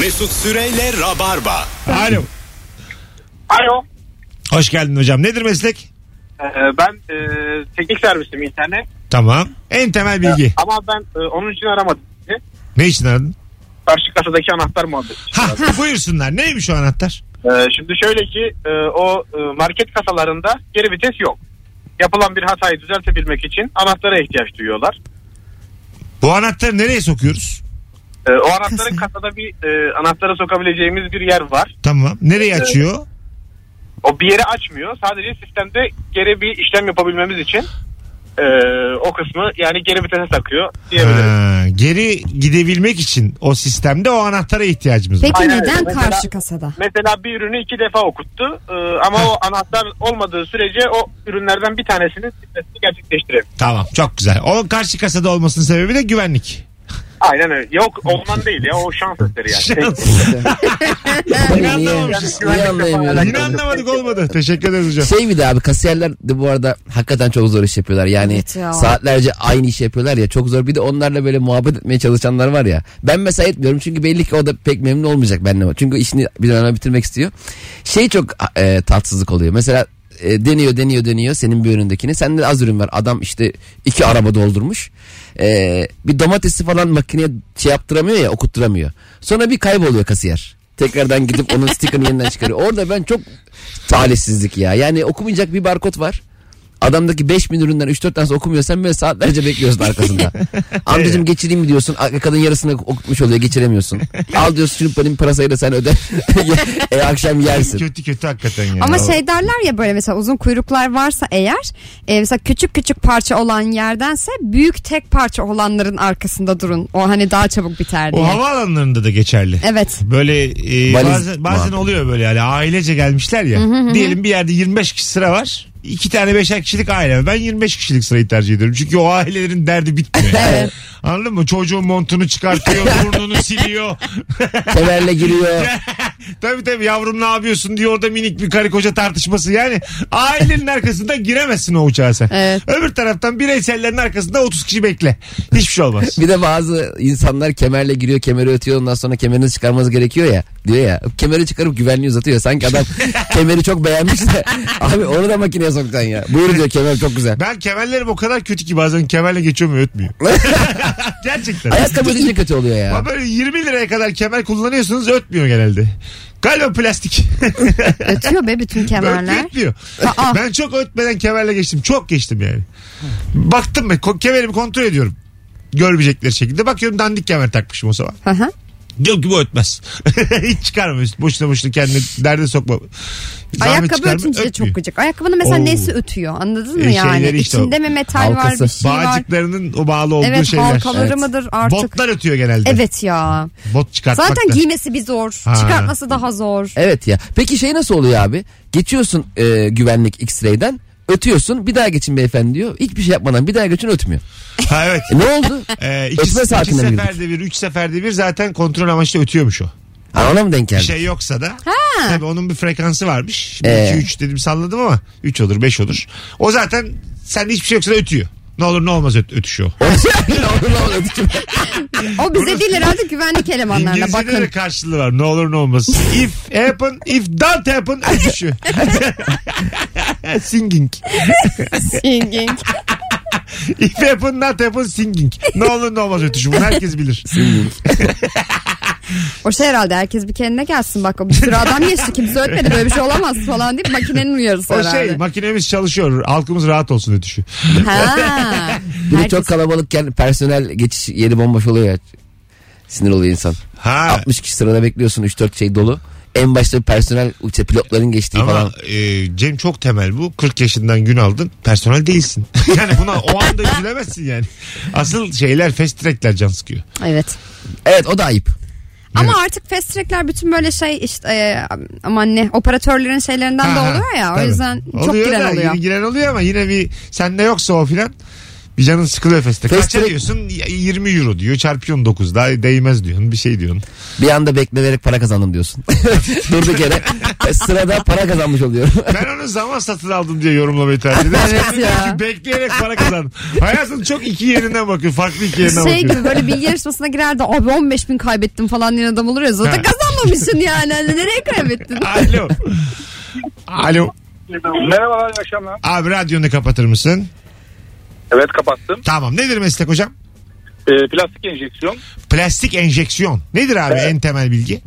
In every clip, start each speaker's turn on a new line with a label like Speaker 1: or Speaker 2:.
Speaker 1: Mesut Süreyle Rabarba.
Speaker 2: Alo.
Speaker 3: Alo.
Speaker 2: Hoş geldin hocam. Nedir meslek?
Speaker 3: Ee, ben e, teknik servisim internet.
Speaker 2: Tamam. En temel bilgi.
Speaker 3: Ama ben e, onun için aramadım. sizi.
Speaker 2: Ne için aradın?
Speaker 3: Karşı kasadaki anahtar muhabbeti. için
Speaker 2: Ha
Speaker 3: aradım.
Speaker 2: buyursunlar. Neymiş o anahtar?
Speaker 3: Ee, şimdi şöyle ki e, o e, market kasalarında geri vites yok. Yapılan bir hatayı düzeltebilmek için anahtara ihtiyaç duyuyorlar.
Speaker 2: Bu anahtarı nereye sokuyoruz?
Speaker 3: E, o
Speaker 4: Kasa.
Speaker 3: anahtarın kasada bir e, anahtara sokabileceğimiz bir yer var.
Speaker 2: Tamam. Nereye açıyor?
Speaker 3: O bir yere açmıyor. Sadece sistemde geri bir işlem yapabilmemiz için e, o kısmı yani geri vitese takıyor diyebiliriz.
Speaker 2: Ha, geri gidebilmek için o sistemde o anahtara ihtiyacımız var.
Speaker 4: Peki
Speaker 3: Aynen öyle.
Speaker 4: neden
Speaker 3: Mesela-
Speaker 4: karşı kasada?
Speaker 3: Mesela bir ürünü iki defa okuttu Ee, ama o anahtar olmadığı sürece o ürünlerden bir tanesini sitesini gerçekleştiremiyor.
Speaker 2: Tamam çok güzel. O karşı kasada olmasının sebebi de güvenlik.
Speaker 3: Aynen öyle. Yok ondan değil ya o şans eseri yani.
Speaker 2: Şans. Yine anlamamışız.
Speaker 5: Niye anlayamıyorum?
Speaker 2: Yine anlamadık olmadı. Teşekkür ederiz hocam.
Speaker 5: Şey bir de abi kasiyerler de bu arada hakikaten çok zor iş yapıyorlar. Yani
Speaker 4: Evet ya.
Speaker 5: saatlerce aynı iş yapıyorlar ya çok zor. Bir de onlarla böyle muhabbet etmeye çalışanlar var ya. Ben mesela etmiyorum çünkü belli ki o da pek memnun olmayacak benimle. Çünkü işini bir an önce bitirmek istiyor. Şey çok e, tatsızlık oluyor. Mesela e, deniyor deniyor deniyor senin bir önündekini. Sende de az ürün var. Adam işte iki araba doldurmuş. E, bir domatesi falan makineye şey yaptıramıyor ya okutturamıyor. Sonra bir kayboluyor kasiyer. Tekrardan gidip onun sticker'ını yeniden çıkarıyor. Orada ben çok talihsizlik ya. Yani okumayacak bir barkod var. Adamdaki 5000 üründen 3-4 tanesi okumuyorsan böyle saatlerce bekliyorsun arkasında. Amcacım geçireyim mi diyorsun. Arka Kadın yarısını okutmuş oluyor geçiremiyorsun. Al diyorsun şunu benim parasayı da sen öde. e, akşam yersin.
Speaker 2: Kötü kötü hakikaten yani.
Speaker 4: Ama şey derler ya böyle mesela uzun kuyruklar varsa eğer e, mesela küçük küçük parça olan yerdense büyük tek parça olanların arkasında durun. O hani daha çabuk biter diye.
Speaker 2: O havaalanlarında da geçerli.
Speaker 4: Evet.
Speaker 2: Böyle e,
Speaker 5: Valiz
Speaker 2: bazen, bazen
Speaker 5: muhabbeti.
Speaker 2: oluyor böyle yani ailece gelmişler ya. Diyelim bir yerde 25 kişi sıra var. İki tane beşer kişilik aile. var. Ben 25 kişilik sırayı tercih ediyorum. Çünkü o ailelerin derdi bitmiyor.
Speaker 4: Evet.
Speaker 2: Anladın mı? Çocuğun montunu çıkartıyor, burnunu siliyor.
Speaker 5: Kemerle giriyor.
Speaker 2: tabii tabii yavrum ne yapıyorsun diyor orada minik bir karı koca tartışması. Yani ailenin arkasında giremezsin o uçağa sen.
Speaker 4: Evet.
Speaker 2: Öbür taraftan bireysellerin arkasında 30 kişi bekle. Hiçbir şey olmaz.
Speaker 5: Bir de bazı insanlar kemerle giriyor kemeri ötüyor ondan sonra kemerinizi çıkarmanız gerekiyor ya diyor ya kemeri çıkarıp güvenliği uzatıyor sanki adam kemeri çok beğenmiş de abi onu da makineye soktan ya buyur diyor kemer çok güzel.
Speaker 2: Ben kemerlerim o kadar kötü ki bazen kemerle geçiyorum ve ötmüyor. Gerçekten.
Speaker 5: Ayakkabı deyince kötü oluyor ya.
Speaker 2: Ama böyle 20 liraya kadar kemer kullanıyorsunuz ötmüyor genelde. Galiba plastik.
Speaker 4: Ötüyor be bütün
Speaker 2: Ötmüyor,
Speaker 4: kemerler.
Speaker 2: ötmüyor.
Speaker 4: Aa.
Speaker 2: ben çok ötmeden kemerle geçtim. Çok geçtim yani. Baktım ben ko- kemerimi kontrol ediyorum. Görmeyecekleri şekilde. Bakıyorum dandik kemer takmışım o zaman.
Speaker 4: Hı hı.
Speaker 2: Diyor ki bu ötmez. Hiç çıkarmıyorsun. Boşuna boşuna kendini derde sokma. Zahmet
Speaker 4: Ayakkabı
Speaker 2: çıkarma,
Speaker 4: ötünce de
Speaker 2: ötmüyor.
Speaker 4: çok gıcık. Ayakkabının mesela
Speaker 2: Oo.
Speaker 4: nesi ötüyor anladın
Speaker 2: E,
Speaker 4: mı yani?
Speaker 2: şeyleri işte o.
Speaker 4: İçinde mi metal var
Speaker 5: Halkası.
Speaker 4: bir şey var.
Speaker 2: Bağcıklarının o bağlı olduğu
Speaker 4: Evet
Speaker 2: şeyler.
Speaker 4: halkaları
Speaker 5: Evet.
Speaker 4: mıdır artık?
Speaker 2: Botlar ötüyor genelde.
Speaker 4: Evet ya.
Speaker 2: Bot çıkartmak
Speaker 4: Zaten
Speaker 2: da.
Speaker 4: giymesi bir zor.
Speaker 2: Ha.
Speaker 4: Çıkartması daha zor.
Speaker 5: Evet ya. Peki şey nasıl oluyor abi? Geçiyorsun e, güvenlik X-ray'den. Ötüyorsun bir daha geçin beyefendi diyor. Hiçbir şey yapmadan bir daha geçin ötmüyor.
Speaker 2: Ha evet.
Speaker 5: E, ne oldu?
Speaker 2: Ee, iki,
Speaker 5: Ötme
Speaker 2: iki
Speaker 5: saatine mi girdik?
Speaker 2: seferde bir, üç seferde bir zaten kontrol amaçlı ötüyormuş o.
Speaker 5: Ha, ona mı denk geldi?
Speaker 2: Bir şey yoksa da. Tabii onun bir frekansı varmış. Şimdi
Speaker 5: Ee.
Speaker 2: iki, üç dedim salladım ama üç olur, beş olur. O zaten sende hiçbir şey yoksa da ötüyor. Ne olur ne olmaz öt, ötüşüyor.
Speaker 5: Ona mı ötü-
Speaker 4: E, O bize değil herhalde güvenlik elemanlarına
Speaker 2: İngilizce'de
Speaker 4: bakın.
Speaker 2: de karşılığı var. Ne olur ne olmaz. If happen, if don't happen ötüşüyor. singing.
Speaker 4: Singing.
Speaker 2: If happen, not happen singing. Ne olur ne olmaz ötüşü. Bunu herkes bilir.
Speaker 4: O şey herhalde herkes bir kendine gelsin bak. Bir sürü adam geçti kimse ötmedi böyle bir şey olamaz falan deyip makinenin uyarısı
Speaker 2: O
Speaker 4: herhalde.
Speaker 2: şey makinemiz çalışıyor. Halkımız rahat olsun ötüşü.
Speaker 4: Ha.
Speaker 5: Bir de
Speaker 4: Herkes-
Speaker 5: çok kalabalıkken personel geçiş yeri bomboş oluyor ya. Sinir oluyor insan.
Speaker 2: Ha.
Speaker 5: 60 kişi sırada bekliyorsun 3-4 şey dolu. En başta personel işte pilotların geçtiği
Speaker 2: Ama
Speaker 5: falan.
Speaker 2: e, Cem çok temel bu. 40 yaşından gün aldın. Personel değilsin. yani buna o anda üzülemezsin yani. Asıl şeyler fast track'ler can sıkıyor.
Speaker 4: Evet.
Speaker 5: Evet o da ayıp.
Speaker 4: Ama artık fast track'ler bütün böyle şey işte e, aman ne operatörlerin şeylerinden de
Speaker 2: Ha, ha,
Speaker 4: oluyor ya.
Speaker 2: tabii.
Speaker 4: O yüzden çok
Speaker 2: Oluyor
Speaker 4: giren
Speaker 2: da,
Speaker 4: oluyor.
Speaker 2: yine Giren oluyor ama yine bir sende yoksa o filan Bir canın sıkılıyor feste.
Speaker 5: Fast
Speaker 2: Kaça
Speaker 5: track-
Speaker 2: diyorsun? Y- 20 euro diyor. Çarpıyorsun 9 daha değmez diyorsun. Bir şey diyorsun.
Speaker 5: Bir anda bekleyerek para kazandım diyorsun. Durduk yere e, sırada para kazanmış oluyorum.
Speaker 2: Ben onu zaman satın aldım diye yorumlamayı tercih ederim.
Speaker 4: Evet
Speaker 2: Sen de
Speaker 4: ya.
Speaker 2: diyorsun ki Bekleyerek para kazandım. Hayatın çok iki yerinden bakıyor. Farklı iki yerinden
Speaker 4: Şey
Speaker 2: bakıyor.
Speaker 4: gibi böyle bilgi yarışmasına girer de abi 15 bin kaybettim falan diyen adam olur ya
Speaker 2: Ha.
Speaker 4: zaten kazanmamışsın yani. Hani nereye kaybettin?
Speaker 2: Alo. Alo.
Speaker 3: Merhabalar iyi akşamlar.
Speaker 2: Abi radyonu kapatır mısın?
Speaker 3: Evet kapattım.
Speaker 2: Tamam. Nedir meslek hocam?
Speaker 3: Ee, plastik enjeksiyon.
Speaker 2: Plastik enjeksiyon. Nedir abi
Speaker 3: Evet.
Speaker 2: en temel bilgi?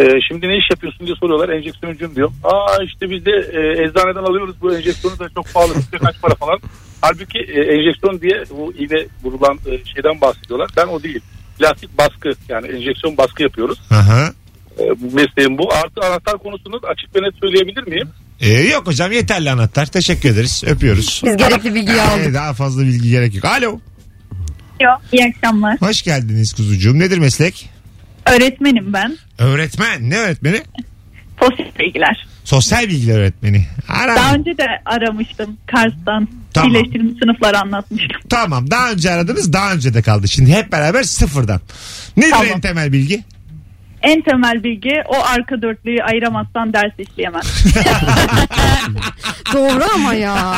Speaker 3: Ee, şimdi ne iş yapıyorsun diye soruyorlar enjeksiyoncuyum diyor. Aa işte biz de e, eczaneden alıyoruz bu enjeksiyonu da çok pahalı işte kaç para falan. Halbuki e, enjeksiyon diye bu iğne vurulan e, şeyden bahsediyorlar. Ben o değil. Plastik baskı yani enjeksiyon baskı yapıyoruz.
Speaker 2: Aha.
Speaker 3: E, bu mesleğim bu. Artı anahtar konusunu açık ve net söyleyebilir miyim?
Speaker 2: Ee, yok hocam yeterli anahtar. Teşekkür ederiz. Öpüyoruz.
Speaker 4: Biz gerekli bilgiyi aldık.
Speaker 2: Ee, daha fazla bilgi gerek yok. Alo.
Speaker 6: Yok, iyi akşamlar.
Speaker 2: Hoş geldiniz kuzucuğum. Nedir meslek?
Speaker 6: Öğretmenim ben.
Speaker 2: Öğretmen. Ne öğretmeni?
Speaker 6: Pozitif bilgiler.
Speaker 2: Sosyal bilgiler öğretmeni. Ara.
Speaker 6: Daha önce de aramıştım Kars'tan.
Speaker 2: Tamam.
Speaker 6: Birleştirilmiş sınıfları anlatmıştım.
Speaker 2: Tamam daha önce aradınız daha önce de kaldı. Şimdi hep beraber sıfırdan. Nedir
Speaker 6: Tamam.
Speaker 2: en temel bilgi?
Speaker 6: En temel bilgi o arka dörtlüyü ayıramazsan ders işleyemez.
Speaker 4: Doğru ama ya.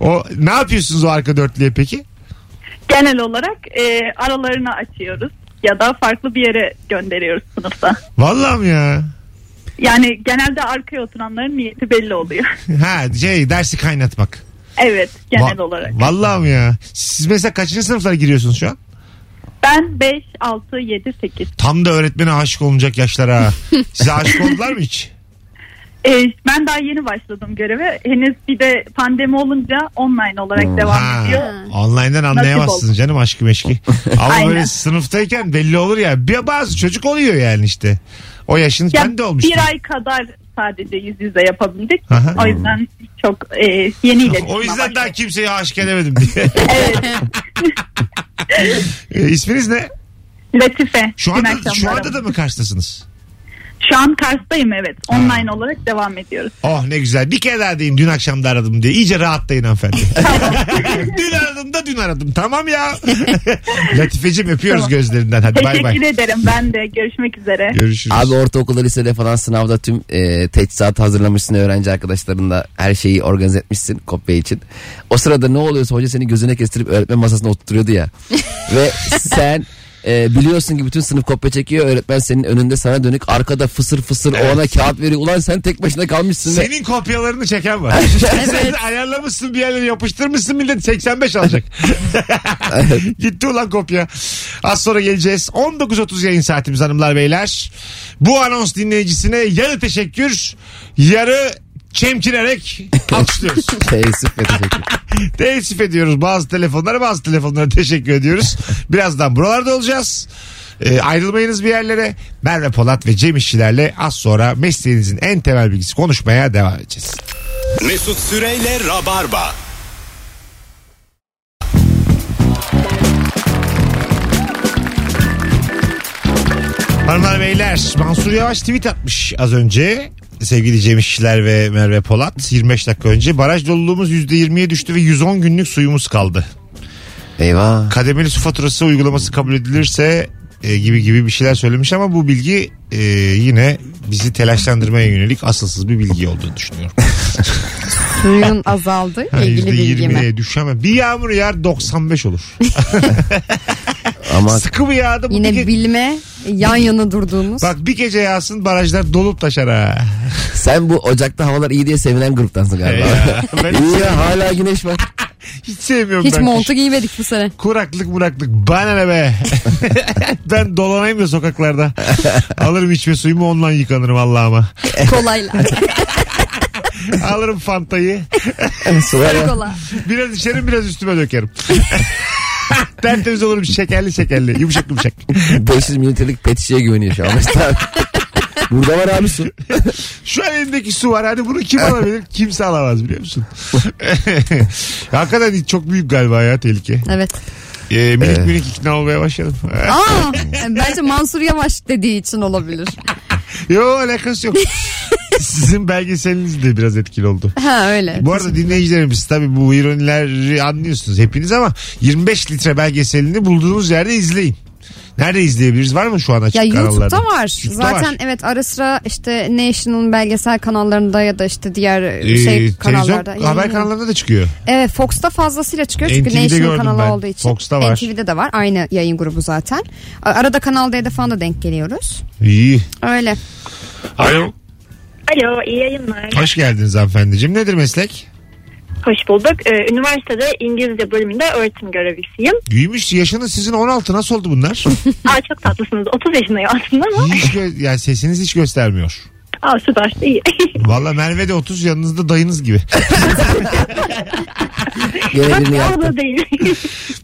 Speaker 2: O ne yapıyorsunuz o arka dörtlüye peki?
Speaker 6: Genel olarak e, aralarını açıyoruz ya da farklı bir yere gönderiyoruz sınıfta.
Speaker 2: Vallahi mi ya?
Speaker 6: Yani genelde arkaya oturanların niyeti belli oluyor.
Speaker 2: Ha şey dersi kaynatmak.
Speaker 6: evet genel
Speaker 2: Va-
Speaker 6: olarak.
Speaker 2: Vallahi mi ya? Siz mesela kaçıncı sınıflara giriyorsunuz şu an?
Speaker 6: Ben 5, 6, 7, 8.
Speaker 2: Tam da öğretmene aşık olunacak yaşlara. Size aşık oldular mı hiç?
Speaker 6: E, ben daha yeni başladım göreve. Henüz bir de pandemi olunca online olarak devam
Speaker 2: Ha.
Speaker 6: ediyor.
Speaker 2: Online'dan anlayamazsınız
Speaker 6: oldu.
Speaker 2: canım aşkı meşki. Ama
Speaker 6: Aynen.
Speaker 2: böyle sınıftayken belli olur ya. Bir bazı çocuk oluyor yani işte. O yaşın
Speaker 6: Ya
Speaker 2: ben de olmuştum.
Speaker 6: Bir ay kadar sadece yüz yüze yapabildik.
Speaker 2: Aha.
Speaker 6: O yüzden çok e, yeniyle.
Speaker 2: O yüzden
Speaker 6: başladım.
Speaker 2: daha kimseye aşık edemedim diye.
Speaker 6: Evet.
Speaker 2: E, isminiz ne?
Speaker 6: Latife.
Speaker 2: Şu
Speaker 6: Gün
Speaker 2: anda, şu
Speaker 6: akşamları.
Speaker 2: anda da mı Kars'tasınız?
Speaker 6: Şu an Kars'tayım evet. Online olarak devam ediyoruz.
Speaker 2: Oh ne güzel. Bir kere daha diyeyim dün akşam da aradım diye. İyice rahatlayın hanımefendi. dün aradım da dün aradım. Tamam ya. Latifeciğim öpüyoruz
Speaker 6: Tamam.
Speaker 2: gözlerinden. Hadi bay bay.
Speaker 6: Teşekkür ederim ben de. Görüşmek üzere.
Speaker 2: Görüşürüz.
Speaker 5: Abi ortaokulda lisede falan sınavda tüm e, teçhizat hazırlamışsın öğrenci arkadaşlarınla her şeyi organize etmişsin kopya için. O sırada ne oluyorsa hoca seni gözüne kestirip öğretmen masasına oturtuyordu ya. Ve sen e, biliyorsun ki bütün sınıf kopya çekiyor öğretmen senin önünde sana dönük arkada fısır fısır o ona kağıt veriyor. Ulan sen tek başına kalmışsın ve
Speaker 2: Senin kopyalarını çeken var. Sen ayarlamışsın bir yerlere yapıştırmışsın millet 85 alacak. Gitti ulan kopya. Az sonra geleceğiz. 19.30 yayın saatimiz hanımlar beyler. Bu anons dinleyicisine yarı teşekkür, yarı çemkirerek alkışlıyoruz.
Speaker 5: teessüf ve teşekkür.
Speaker 2: Teessüf ediyoruz bazı telefonlara bazı telefonlara teşekkür ediyoruz. Birazdan buralarda olacağız. Ee, ayrılmayınız bir yerlere. Merve Polat ve Cem İşçilerle az sonra mesleğinizin en temel bilgisi konuşmaya devam edeceğiz.
Speaker 1: Mesut Süreyle Rabarba.
Speaker 2: Hanımlar beyler Mansur Yavaş tweet atmış az önce. Sevgili Cem İşçiler ve Merve Polat 25 dakika önce baraj doluluğumuz %20'ye düştü ve 110 günlük suyumuz kaldı.
Speaker 5: Eyvah.
Speaker 2: Kademeli su faturası uygulaması kabul edilirse e, gibi gibi bir şeyler söylemiş ama bu bilgi e, yine bizi telaşlandırmaya yönelik asılsız bir bilgi olduğunu düşünüyorum.
Speaker 4: Suyun azaldı
Speaker 2: Yani
Speaker 4: ilgili bilgimi.
Speaker 2: %20'ye düşemem. Bir yağmur yağar 95 olur.
Speaker 5: Ama
Speaker 2: Sıkı bir yağdı bu bir
Speaker 4: Yine
Speaker 2: ge-
Speaker 4: bilme yan yana durduğumuz.
Speaker 2: Bak bir gece yağsın barajlar dolup taşar ha.
Speaker 5: sen bu ocakta havalar iyi diye sevilen gruptansın galiba.
Speaker 2: Ya, ben
Speaker 5: iyi ya hala güneş var.
Speaker 2: hiç sevmiyorum
Speaker 4: Hiç
Speaker 2: ben kışı.
Speaker 4: montu giymedik bu sene.
Speaker 2: Kuraklık muraklık bana ne be. ben dolanayım da sokaklarda. Alırım içme suyumu ondan yıkanırım Allah'ıma.
Speaker 4: Kolayla.
Speaker 2: Alırım fantayı.
Speaker 5: Sulara-
Speaker 4: Kola.
Speaker 2: Biraz içerim biraz üstüme dökerim. Tertemiz olurum şekerli şekerli. Yumuşak yumuşak.
Speaker 5: 500 mililitrelik pet şişeye güveniyor şu an. Mesut abi. Burada var abi su.
Speaker 2: Şu an elimdeki su var. Hani bunu kim alabilir? Kimse alamaz biliyor musun? Hakikaten çok büyük galiba ya tehlike.
Speaker 4: Evet.
Speaker 2: Ee, minik minik ikna olmaya başladım.
Speaker 4: Aa, bence Mansur Yavaş dediği için olabilir.
Speaker 2: Yo alakası yok. Sizin belgeseliniz de biraz etkili oldu.
Speaker 4: Ha öyle.
Speaker 2: Bu arada dinleyicilerimiz tabii bu ironileri anlıyorsunuz hepiniz ama 25 litre belgeselini bulduğunuz yerde izleyin. Nerede izleyebiliriz? Var mı şu an açık
Speaker 4: ya
Speaker 2: kanallarda?
Speaker 4: YouTube'da var.
Speaker 2: YouTube'da
Speaker 4: Zaten
Speaker 2: var.
Speaker 4: evet ara sıra işte National'ın belgesel kanallarında ya da işte diğer
Speaker 2: Ee,
Speaker 4: şey
Speaker 2: televizyon
Speaker 4: kanallarda.
Speaker 2: haber
Speaker 4: yayınlanıyor.
Speaker 2: kanallarında da çıkıyor.
Speaker 4: Evet Fox'ta fazlasıyla çıkıyor çünkü
Speaker 2: NTV'de
Speaker 4: National
Speaker 2: gördüm
Speaker 4: kanalı
Speaker 2: ben.
Speaker 4: olduğu için.
Speaker 2: Fox'ta var.
Speaker 4: NTV'de de var aynı yayın grubu zaten. A- Arada Kanal D'de falan da denk geliyoruz.
Speaker 2: İyi.
Speaker 4: Öyle.
Speaker 2: Alo.
Speaker 7: Alo iyi yayınlar.
Speaker 2: Hoş geldiniz hanımefendiciğim. Nedir meslek?
Speaker 7: Hoş bulduk. Ee, üniversitede İngilizce bölümünde öğretim görevlisiyim.
Speaker 2: Büyümüş yaşınız sizin 16 nasıl oldu bunlar?
Speaker 7: Aa çok tatlısınız. 30 yaşındayım aslında ama.
Speaker 2: hiç gö- yani sesiniz hiç göstermiyor.
Speaker 7: Aa süper iyi.
Speaker 2: Valla Merve de 30 yanınızda dayınız gibi.
Speaker 5: Görevini
Speaker 7: Bak,
Speaker 5: yaptım.
Speaker 7: abla değil.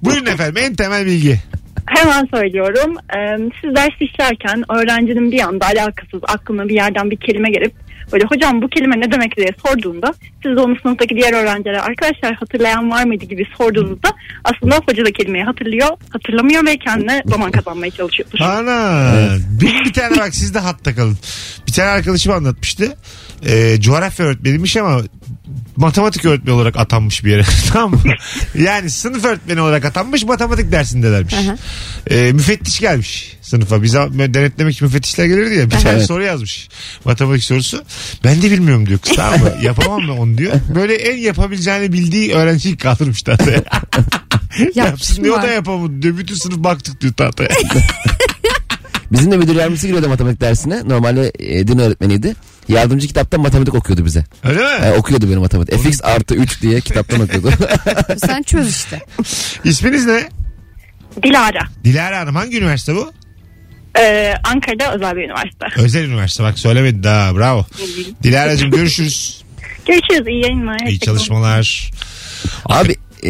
Speaker 2: Buyurun efendim en temel bilgi.
Speaker 7: Hemen söylüyorum. Ee, siz ders işlerken öğrencinin bir anda alakasız aklına bir yerden bir kelime gelip böyle hocam bu kelime ne demek diye sorduğunda siz de onu sınıftaki diğer öğrencilere arkadaşlar hatırlayan var mıydı gibi sorduğunuzda aslında hoca da kelimeyi hatırlıyor, hatırlamıyor ve kendine zaman kazanmaya çalışıyordur.
Speaker 2: Ana. Benim bir tane bak siz de hatta kalın. Bir tane arkadaşım anlatmıştı. Ee, coğrafya öğretmeniymiş ama matematik öğretmeni olarak atanmış bir yere. tamam mı? Yani sınıf öğretmeni olarak atanmış matematik dersindelermiş.
Speaker 4: Aha.
Speaker 2: Ee, müfettiş gelmiş sınıfa. Bize denetlemek için müfettişler gelirdi ya. Bir tane
Speaker 5: Evet.
Speaker 2: soru yazmış. Matematik sorusu. Ben de bilmiyorum diyor kız tamam mı? Yapamam mı onu diyor. Böyle en yapabileceğini bildiği öğrenciyi kaldırmış tahtaya. Yapsın diyor o da
Speaker 4: Yapsınlar.
Speaker 2: yapamadı diyor. Bütün sınıf baktık diyor tahtaya.
Speaker 5: Bizim de müdür yardımcısı giriyordu matematik dersine. Normalde e, din öğretmeniydi. Yardımcı kitaptan matematik okuyordu bize.
Speaker 2: Öyle mi?
Speaker 5: E, okuyordu benim matematik. fx artı 3 diye kitaptan okuyordu.
Speaker 4: Sen çöz işte.
Speaker 2: İsminiz ne?
Speaker 7: Dilara.
Speaker 2: Dilara Hanım hangi üniversite bu?
Speaker 7: Ee, Ankara'da özel bir üniversite.
Speaker 2: Özel üniversite bak söylemedi daha bravo. Dilara'cığım görüşürüz.
Speaker 7: Görüşürüz. iyi yayınlar.
Speaker 2: İyi çalışmalar.
Speaker 5: Abi e,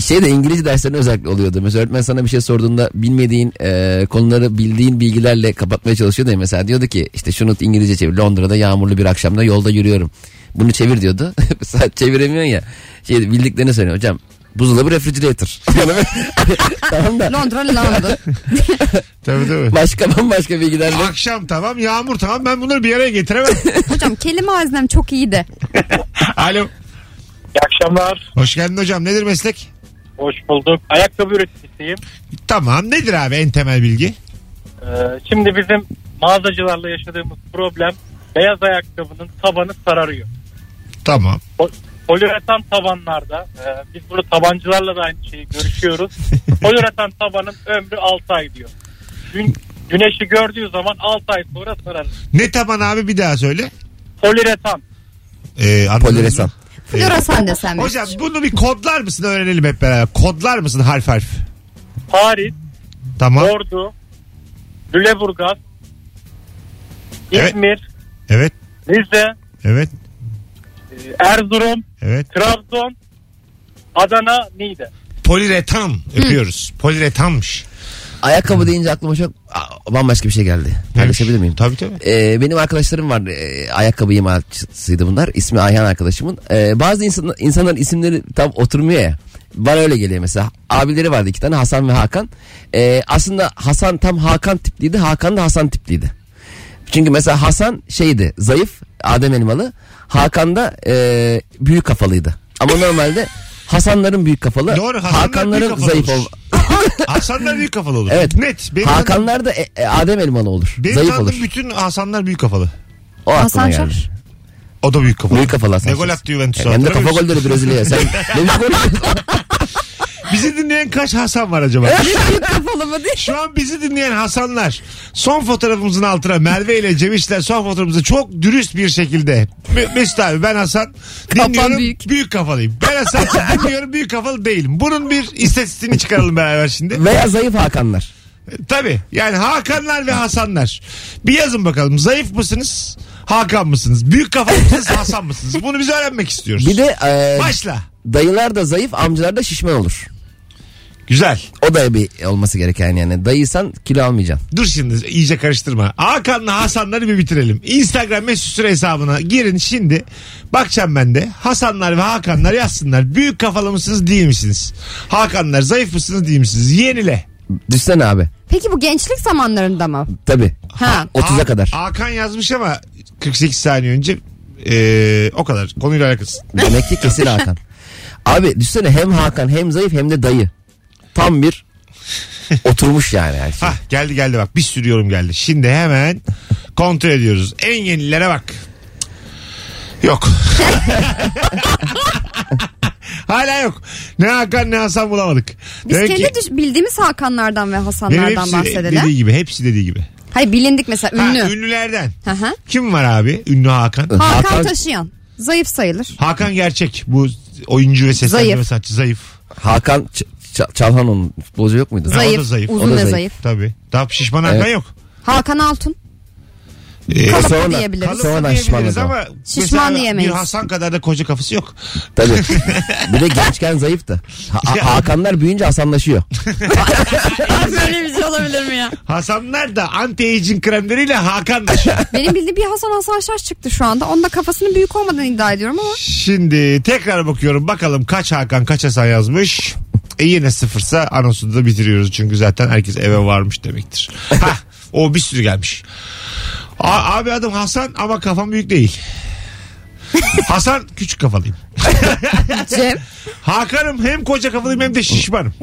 Speaker 5: şey de İngilizce derslerine özellikle oluyordu. Mesela öğretmen sana bir şey sorduğunda bilmediğin e, konuları bildiğin bilgilerle kapatmaya çalışıyordu ya. Mesela diyordu ki işte şunu İngilizce çevir. Londra'da yağmurlu bir akşamda yolda yürüyorum. Bunu çevir diyordu. Sen çeviremiyorsun ya. Şey bildiklerini söylüyor. Hocam buzdolabı refrigerator. tamam da
Speaker 4: Londra Londra.
Speaker 2: Tabii tabii.
Speaker 5: başka bambaşka bilgilerle.
Speaker 2: Akşam tamam yağmur tamam ben bunları bir araya getiremem.
Speaker 4: Hocam kelime hazinem çok iyi de.
Speaker 2: Alo.
Speaker 3: İyi akşamlar.
Speaker 2: Hoş geldin hocam nedir meslek?
Speaker 3: Hoş bulduk. Ayakkabı üreticisiyim.
Speaker 2: Tamam nedir abi en temel bilgi?
Speaker 3: Ee, şimdi bizim mağazacılarla yaşadığımız problem beyaz ayakkabının tabanı sararıyor.
Speaker 2: Tamam.
Speaker 3: Poliüretan tabanlarda e, biz bunu tabancılarla da aynı şeyi görüşüyoruz. Poliüretan tabanın ömrü 6 ay diyor. Gün, güneşi gördüğü zaman 6 ay sonra sarar.
Speaker 2: Ne taban abi bir daha söyle.
Speaker 3: Poliüretan.
Speaker 2: Ee, anladınız mı?
Speaker 5: Poliüretan.
Speaker 4: Floresan desem.
Speaker 2: Hocam bunu bir kodlar mısın öğrenelim hep beraber. Kodlar mısın harf harf?
Speaker 3: Paris,
Speaker 2: Tamam.
Speaker 3: Ordu, Lüleburgaz,
Speaker 2: Evet.
Speaker 3: İzmir,
Speaker 2: Evet.
Speaker 3: Rize,
Speaker 2: Evet.
Speaker 3: e, Erzurum,
Speaker 2: Evet.
Speaker 3: Trabzon, Adana, Niğde.
Speaker 2: Poliretam yapıyoruz. Poliretammış.
Speaker 5: Ayakkabı deyince aklıma çok a- bambaşka bir şey geldi. Paylaşabilir miyim?
Speaker 2: Tabii tabii.
Speaker 5: Ee, benim arkadaşlarım var. Ee, ayakkabı imalatçısıydı bunlar. İsmi Ayhan arkadaşımın. Ee, bazı insan, insanların isimleri tam oturmuyor ya. Bana öyle geliyor mesela. Abileri vardı iki tane Hasan ve Hakan. Ee, aslında Hasan tam Hakan tipliydi. Hakan da Hasan tipliydi. Çünkü mesela Hasan şeydi zayıf Adem Elmalı. Hakan da ee, büyük kafalıydı. Ama normalde Hasanların büyük kafalı.
Speaker 2: Doğru, Hasanlar büyük
Speaker 5: Hakanların
Speaker 2: kafalı
Speaker 5: zayıf
Speaker 2: olur.
Speaker 5: ol-
Speaker 2: Hasanlar büyük kafalı olur.
Speaker 5: Evet.
Speaker 2: Net. Benim tanıdığım-
Speaker 5: Hakanlar da e- e, Adem Elmalı olur.
Speaker 2: benim
Speaker 5: zayıf
Speaker 2: tanıdığım
Speaker 5: olur.
Speaker 2: bütün Hasanlar büyük kafalı.
Speaker 5: O aklıma
Speaker 4: Hasan
Speaker 5: geldi.
Speaker 4: Şar.
Speaker 2: O da büyük kafalı.
Speaker 5: Büyük kafalı Hasan
Speaker 2: Ne gol
Speaker 5: Şar.
Speaker 2: attı Juventus'a.
Speaker 5: Hem de kafa
Speaker 2: hatırlamıyor musun?
Speaker 5: golleri Brezilya'ya. Sen ne biçim gol atıyorsun?
Speaker 2: Bizi dinleyen kaç Hasan var acaba?
Speaker 4: Kafalı mı değil?
Speaker 2: Şu an bizi dinleyen Hasanlar son fotoğrafımızın altına Merve ile Cemişler son fotoğrafımızı çok dürüst bir şekilde Me- Mesut abi ben Hasan dinliyorum büyük.
Speaker 4: büyük.
Speaker 2: kafalıyım. Ben Hasan dinliyorum büyük kafalı değilim. Bunun bir istatistiğini çıkaralım beraber şimdi.
Speaker 5: Veya zayıf Hakanlar.
Speaker 2: Tabii yani Hakanlar ve Hasanlar. Bir yazın bakalım zayıf mısınız? Hakan mısınız? Büyük kafalı mısınız? Hasan mısınız? Bunu biz öğrenmek istiyoruz.
Speaker 5: Bir de e,
Speaker 2: Başla.
Speaker 5: dayılar da zayıf amcalar da şişman olur.
Speaker 2: Güzel.
Speaker 5: O da bir olması gereken yani. Dayıysan kilo almayacaksın.
Speaker 2: Dur şimdi iyice karıştırma. Hakan'la Hasanları bir bitirelim. Instagram mesut süre hesabına girin şimdi. Bakacağım ben de. Hasanlar ve Hakanlar yazsınlar. Büyük kafalı mısınız değil misiniz? Hakanlar zayıf mısınız değil misiniz? Yenile.
Speaker 5: Düşsene abi.
Speaker 4: Peki bu gençlik zamanlarında mı?
Speaker 5: Tabii.
Speaker 4: Ha.
Speaker 5: 30'a kadar.
Speaker 2: Hakan yazmış ama 48 saniye önce e, o kadar. Konuyla alakası.
Speaker 5: Demek ki kesin Hakan. Abi düşünsene hem Hakan hem zayıf hem de dayı. Tam bir oturmuş yani her şey.
Speaker 2: Hah geldi geldi bak bir sürü yorum geldi. Şimdi hemen kontrol ediyoruz. En yenilere bak. Yok. Hala yok. Ne Hakan ne Hasan bulamadık.
Speaker 4: Biz
Speaker 2: Demek
Speaker 4: kendi
Speaker 2: ki
Speaker 4: düş- bildiğimiz Hakanlardan ve Hasanlardan
Speaker 2: benim hepsi dediği
Speaker 4: bahsedelim.
Speaker 2: gibi. Hepsi dediği gibi.
Speaker 4: Hayır bilindik mesela
Speaker 2: Ha,
Speaker 4: ünlü.
Speaker 2: ünlülerden.
Speaker 4: Hı hı.
Speaker 2: Kim var abi? Ünlü Hakan.
Speaker 4: Hakan,
Speaker 5: Hakan-
Speaker 4: Taşıyan. Zayıf sayılır.
Speaker 2: Hakan gerçek. Bu oyuncu ve seslendirme
Speaker 4: Zayıf.
Speaker 2: sanatçı. Zayıf.
Speaker 5: Hakan Ç- Ç- Çalhanoğlu'nun futbolcu yok muydu?
Speaker 2: da
Speaker 4: Zayıf.
Speaker 2: zayıf.
Speaker 4: Uzun
Speaker 5: O da
Speaker 4: ve
Speaker 5: zayıf.
Speaker 4: zayıf.
Speaker 2: Tabii. Daha şişman Hakan
Speaker 5: Evet.
Speaker 2: yok.
Speaker 4: Hakan Altun.
Speaker 2: Ee,
Speaker 4: Kalıplı
Speaker 5: sonra-
Speaker 4: diyebiliriz.
Speaker 2: kalıplı
Speaker 5: Sonradan
Speaker 2: diyebiliriz
Speaker 5: şişman
Speaker 2: ama
Speaker 4: Şişman
Speaker 2: mesela
Speaker 4: diyemeyiz.
Speaker 2: Bir Hasan kadar da koca kafası yok.
Speaker 5: Tabii. Bir de gençken zayıftı. Ha-
Speaker 2: Ya.
Speaker 5: Hakanlar büyüyünce Hasanlaşıyor.
Speaker 4: Böyle bir şey olabilir mi ya?
Speaker 2: Hasanlar da anti-aging kremleriyle Hakan da.
Speaker 4: Benim bildiğim bir Hasan Hasan Şaş çıktı şu anda. Onda kafasının büyük olmadığını iddia ediyorum ama.
Speaker 2: Şimdi tekrar bakıyorum bakalım kaç Hakan kaç Hasan yazmış. E yine sıfırsa anonsunu da bitiriyoruz çünkü zaten herkes eve varmış demektir. Hah, o bir sürü gelmiş. A- abi adım Hasan ama kafam büyük değil. Hasan küçük kafalıyım.
Speaker 4: Cem.
Speaker 2: Hakan'ım hem koca kafalıyım hem de şişmanım.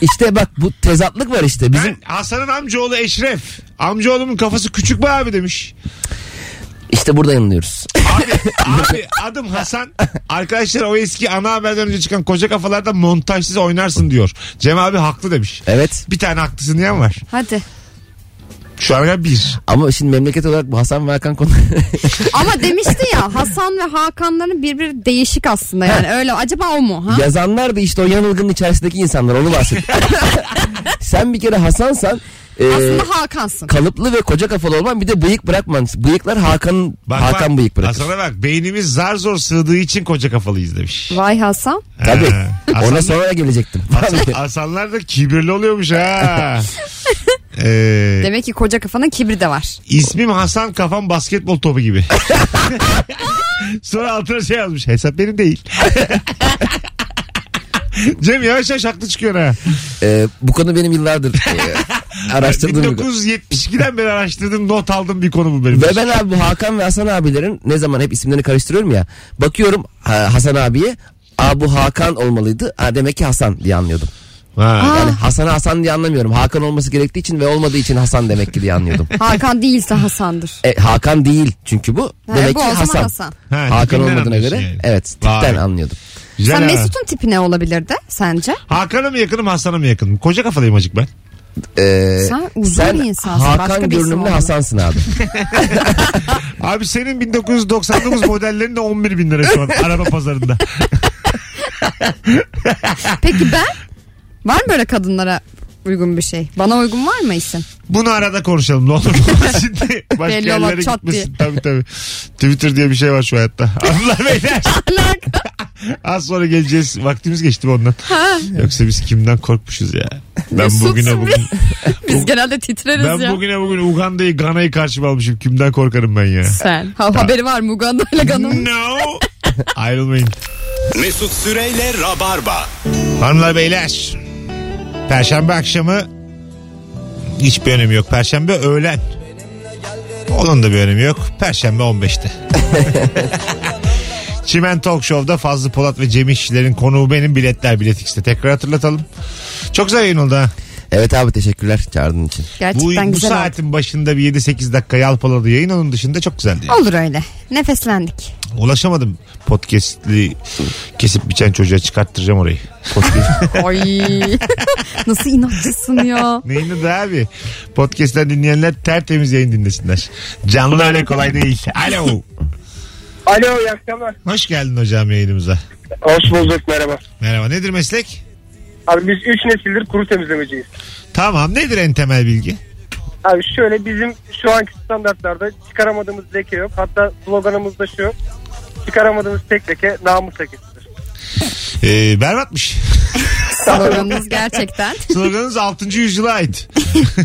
Speaker 5: İşte bak bu tezatlık var işte. Bizim
Speaker 2: Ben Hasan'ın amcaoğlu Eşref. Amcaoğlumun kafası küçük mü abi demiş.
Speaker 5: işte burada yanılıyoruz.
Speaker 2: Abi, abi adım Hasan. Arkadaşlar o eski ana haberden önce çıkan koca kafalarda montajsız oynarsın diyor. Cem abi haklı demiş.
Speaker 5: Evet.
Speaker 2: Bir tane haklısın diyen var.
Speaker 4: Hadi.
Speaker 2: Şu an kadar bir.
Speaker 5: Ama şimdi memleket olarak bu Hasan ve Hakan konu.
Speaker 4: Ama demişti ya Hasan ve Hakanların birbiri değişik aslında yani. Öyle acaba o mu? Ha?
Speaker 5: Yazanlar da işte o yanılgının içerisindeki insanlar onu bahsediyor. Sen bir kere Hasansan e,
Speaker 4: Aslında Hakan'sın.
Speaker 5: kalıplı ve koca kafalı olman bir de bıyık bırakman. Bıyıklar Hakan'ın
Speaker 2: Bak,
Speaker 5: Hakan
Speaker 2: bak,
Speaker 5: bıyık bırakır.
Speaker 2: Hasan'a bak beynimiz zar zor sığdığı için koca kafalıyız demiş.
Speaker 4: Vay Hasan.
Speaker 5: Tabii.
Speaker 2: Ha, Hasan-
Speaker 5: Ona sonra gelecektim.
Speaker 2: Hasan- Hasanlar da kibirli oluyormuş ha. Ee,
Speaker 4: Demek ki koca kafanın kibri de var.
Speaker 2: İsmim Hasan kafam basketbol topu gibi. Sonra altına şey yazmış. Hesap benim değil. Cem yavaş yavaş haklı çıkıyor ha.
Speaker 5: E, bu konu benim yıllardır e, araştırdığım bir konu.
Speaker 2: 1972'den beri araştırdım not aldım bir konu bu benim.
Speaker 5: Ve ben abi bu Hakan ve Hasan abilerin ne zaman hep isimlerini karıştırıyorum ya. Bakıyorum ha, Hasan abiye. Aa bu Hakan olmalıydı. Ha, demek ki Hasan diye anlıyordum.
Speaker 2: Ha.
Speaker 5: Yani
Speaker 4: Ah.
Speaker 5: Hasan Hasan diye anlamıyorum. Hakan olması gerektiği için ve olmadığı için Hasan demek ki diye anlıyordum.
Speaker 4: Hakan değilse Hasan'dır.
Speaker 5: E, Hakan değil çünkü bu.
Speaker 4: Ha,
Speaker 5: Demek
Speaker 4: bu
Speaker 5: ki
Speaker 4: o zaman
Speaker 5: Hasan.
Speaker 4: Hasan.
Speaker 2: Ha, tipinden
Speaker 5: Hakan olmadığına
Speaker 2: anlıyorsun
Speaker 5: göre
Speaker 2: yani.
Speaker 5: evet tipten
Speaker 2: Vay.
Speaker 5: anlıyordum.
Speaker 2: Güzel
Speaker 4: Sen
Speaker 2: ha.
Speaker 4: Mesut'un tipi ne olabilirdi sence?
Speaker 2: Hakan'a mı yakınım Hasan'a mı yakınım? Koca kafalıyım acık ben.
Speaker 5: Ee,
Speaker 4: Sen uzun bir insansın. başka
Speaker 5: Hakan
Speaker 4: bir isim
Speaker 5: görünümlü
Speaker 4: olmalı.
Speaker 5: Hasan'sın abi.
Speaker 2: Abi senin 1999 modellerin de 11 bin lira şu an araba pazarında. Ah.
Speaker 4: Peki ben? Var mı böyle kadınlara uygun bir şey? Bana uygun var mı isim?
Speaker 2: Bunu arada konuşalım ne olur. Şimdi başka
Speaker 4: Belli olan
Speaker 2: yerlere
Speaker 4: çat
Speaker 2: gitmesin. Tabii tabii. Twitter diye bir şey var şu hayatta. Allah beyler.
Speaker 4: Alak.
Speaker 2: Az sonra geleceğiz. Vaktimiz geçti mi ondan. Yoksa biz kimden korkmuşuz ya? Ben
Speaker 4: Mesut
Speaker 2: bugüne bugün
Speaker 4: Biz genelde titreriz
Speaker 2: ben
Speaker 4: ya.
Speaker 2: bugüne bugün Uganda'yı Gana'yı karşıma almışım. Kimden korkarım ben ya?
Speaker 4: Sen. Ha, haberi var mı Uganda ile Gana'nın?
Speaker 2: No. Ayrılmayın.
Speaker 1: Mesut Süreyle Rabarba.
Speaker 2: Hanımlar beyler. Perşembe akşamı hiçbir önemi yok. Perşembe öğlen. Onun da bir önemi yok. Perşembe 15'te. Çimen Talk Show'da Fazlı Polat ve Cem İşçilerin konuğu benim biletler Bilet X'te. Tekrar hatırlatalım. Çok güzel yayın oldu ha.
Speaker 5: evet abi teşekkürler çağırdığın için.
Speaker 2: Bu,
Speaker 4: Gerçekten
Speaker 2: bu
Speaker 4: güzel oldu.
Speaker 2: saatin başında bir 7-8 dakika yalpaladı yayın. Onun dışında çok güzeldi. yani.
Speaker 4: Olur öyle. Nefeslendik.
Speaker 2: Ulaşamadım podcastli kesip biçen çocuğa çıkarttıracağım orayı.
Speaker 4: Ay. Nasıl inatçısın ya.
Speaker 2: Neyin adı abi? Podcast'ten dinleyenler tertemiz yayın dinlesinler. Canlı öyle kolay değil. Alo.
Speaker 3: Alo iyi akşamlar.
Speaker 2: Hoş geldin hocam yayınımıza.
Speaker 3: Hoş bulduk merhaba.
Speaker 2: Merhaba. Nedir meslek?
Speaker 3: Abi biz 3 nesildir kuru temizlemeciyiz.
Speaker 2: Tamam. Nedir en temel bilgi?
Speaker 3: Abi şöyle bizim şu anki standartlarda çıkaramadığımız leke yok. Hatta sloganımız da şu. Çıkaramadığımız tek leke namus lekesidir.
Speaker 2: Ee, berbatmış.
Speaker 4: Sloganınız gerçekten.
Speaker 2: Sloganınız 6. yüzyıla ait.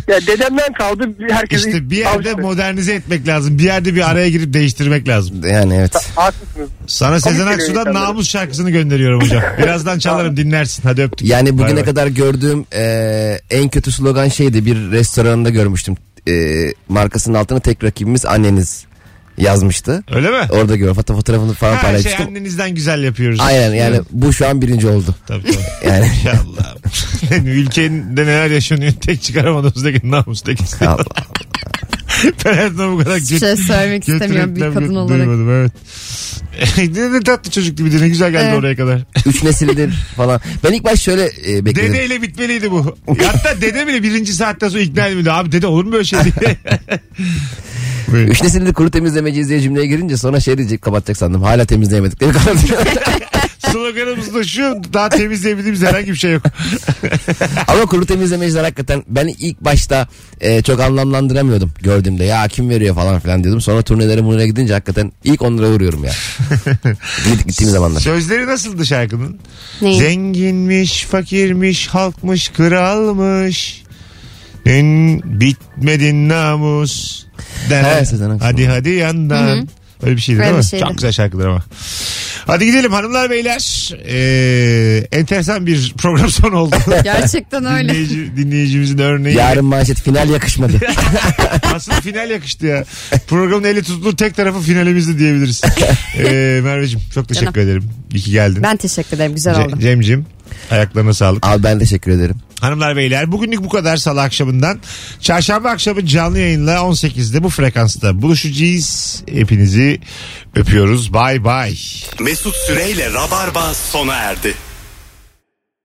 Speaker 8: Ya dedemden kaldı bir- herkesi
Speaker 2: İşte bir yerde
Speaker 8: alıştı.
Speaker 2: modernize etmek lazım. Bir yerde bir araya girip değiştirmek lazım.
Speaker 5: Yani evet.
Speaker 8: Haklısınız.
Speaker 2: Sana Sezen
Speaker 8: geliyor
Speaker 2: Aksu'dan
Speaker 8: insanlara.
Speaker 2: namus şarkısını gönderiyorum hocam. Birazdan çalarım dinlersin. Hadi öptük.
Speaker 5: Yani
Speaker 2: Bay
Speaker 5: bugüne
Speaker 2: bay.
Speaker 5: kadar gördüğüm e, en kötü slogan şeydi bir restoranda görmüştüm. E, markasının altına tek rakibimiz anneniz yazmıştı.
Speaker 2: Öyle mi?
Speaker 5: Orada gör foto- fotoğrafını falan
Speaker 2: Her şey
Speaker 5: paylaştım.
Speaker 2: annenizden güzel yapıyoruz.
Speaker 5: Aynen yani bu şu an birinci oldu.
Speaker 2: Tabii tabii.
Speaker 5: Yani
Speaker 2: İnşallah. Yani Ülkenin de neler yaşanıyor tek çıkaramadığımızdaki namustaki.
Speaker 5: Allah.
Speaker 2: Ben her zaman bu kadar
Speaker 4: Hiçbir
Speaker 2: kötü.
Speaker 4: şey söylemek
Speaker 2: kötü
Speaker 4: istemiyorum bir
Speaker 2: reklam
Speaker 4: kadın
Speaker 2: gö-
Speaker 4: olarak.
Speaker 2: Duymadım evet. ne, ne tatlı çocuk gibi ne güzel geldi
Speaker 4: Evet.
Speaker 2: oraya kadar.
Speaker 5: üç nesildir falan. Ben ilk baş şöyle e, bekledim.
Speaker 2: Dedeyle bitmeliydi bu. Hatta dede bile birinci saatten sonra ikna edilmedi. Abi dede olur mu böyle şey diye. Buyurun.
Speaker 5: Üç nesildir kuru temizlemeciyiz diye cümleye girince sonra şey diyecek kapatacak sandım. Hala temizleyemedik.
Speaker 2: Sloganımız da şu daha temizleyebildiğimiz herhangi bir şey yok.
Speaker 5: Ama kuru temizlemeciler hakikaten ben ilk başta e, çok anlamlandıramıyordum gördüğümde. Ya kim veriyor falan filan diyordum. Sonra turnelere buraya gidince hakikaten ilk onlara vuruyorum ya. Gid- Gittiğim zamanlar.
Speaker 2: Sözleri nasıldı şarkının?
Speaker 4: Neyin?
Speaker 2: Zenginmiş, fakirmiş, halkmış, kralmış. Dün bitmedin namus. Den.
Speaker 5: Evet, Sezen Aksu.
Speaker 2: hadi hadi yandan. Öyle bir şeydi
Speaker 4: Öyle
Speaker 2: değil mi?
Speaker 4: bir şeydi.
Speaker 2: Çok güzel şarkılar ama. Hadi gidelim hanımlar beyler. Ee, enteresan bir program sonu oldu.
Speaker 4: Gerçekten öyle.
Speaker 2: Dinleyici, dinleyicimizin örneği.
Speaker 5: Yarın manşet final yakışmadı.
Speaker 2: Aslında final yakıştı ya. Programın eli tutulur tek tarafı finalimizdi diyebiliriz. ee, Merveciğim çok teşekkür ederim. İyi ki geldin.
Speaker 4: Ben teşekkür ederim güzel oldu.
Speaker 2: Ce- Cemcim ayaklarına sağlık.
Speaker 5: Abi ben teşekkür ederim.
Speaker 2: Hanımlar beyler bugünlük bu kadar salı akşamından. Çarşamba akşamı canlı yayınla 18'de bu frekansta buluşacağız. Hepinizi öpüyoruz. Bay bay.
Speaker 1: Mesut Süreyle Rabarba sona erdi.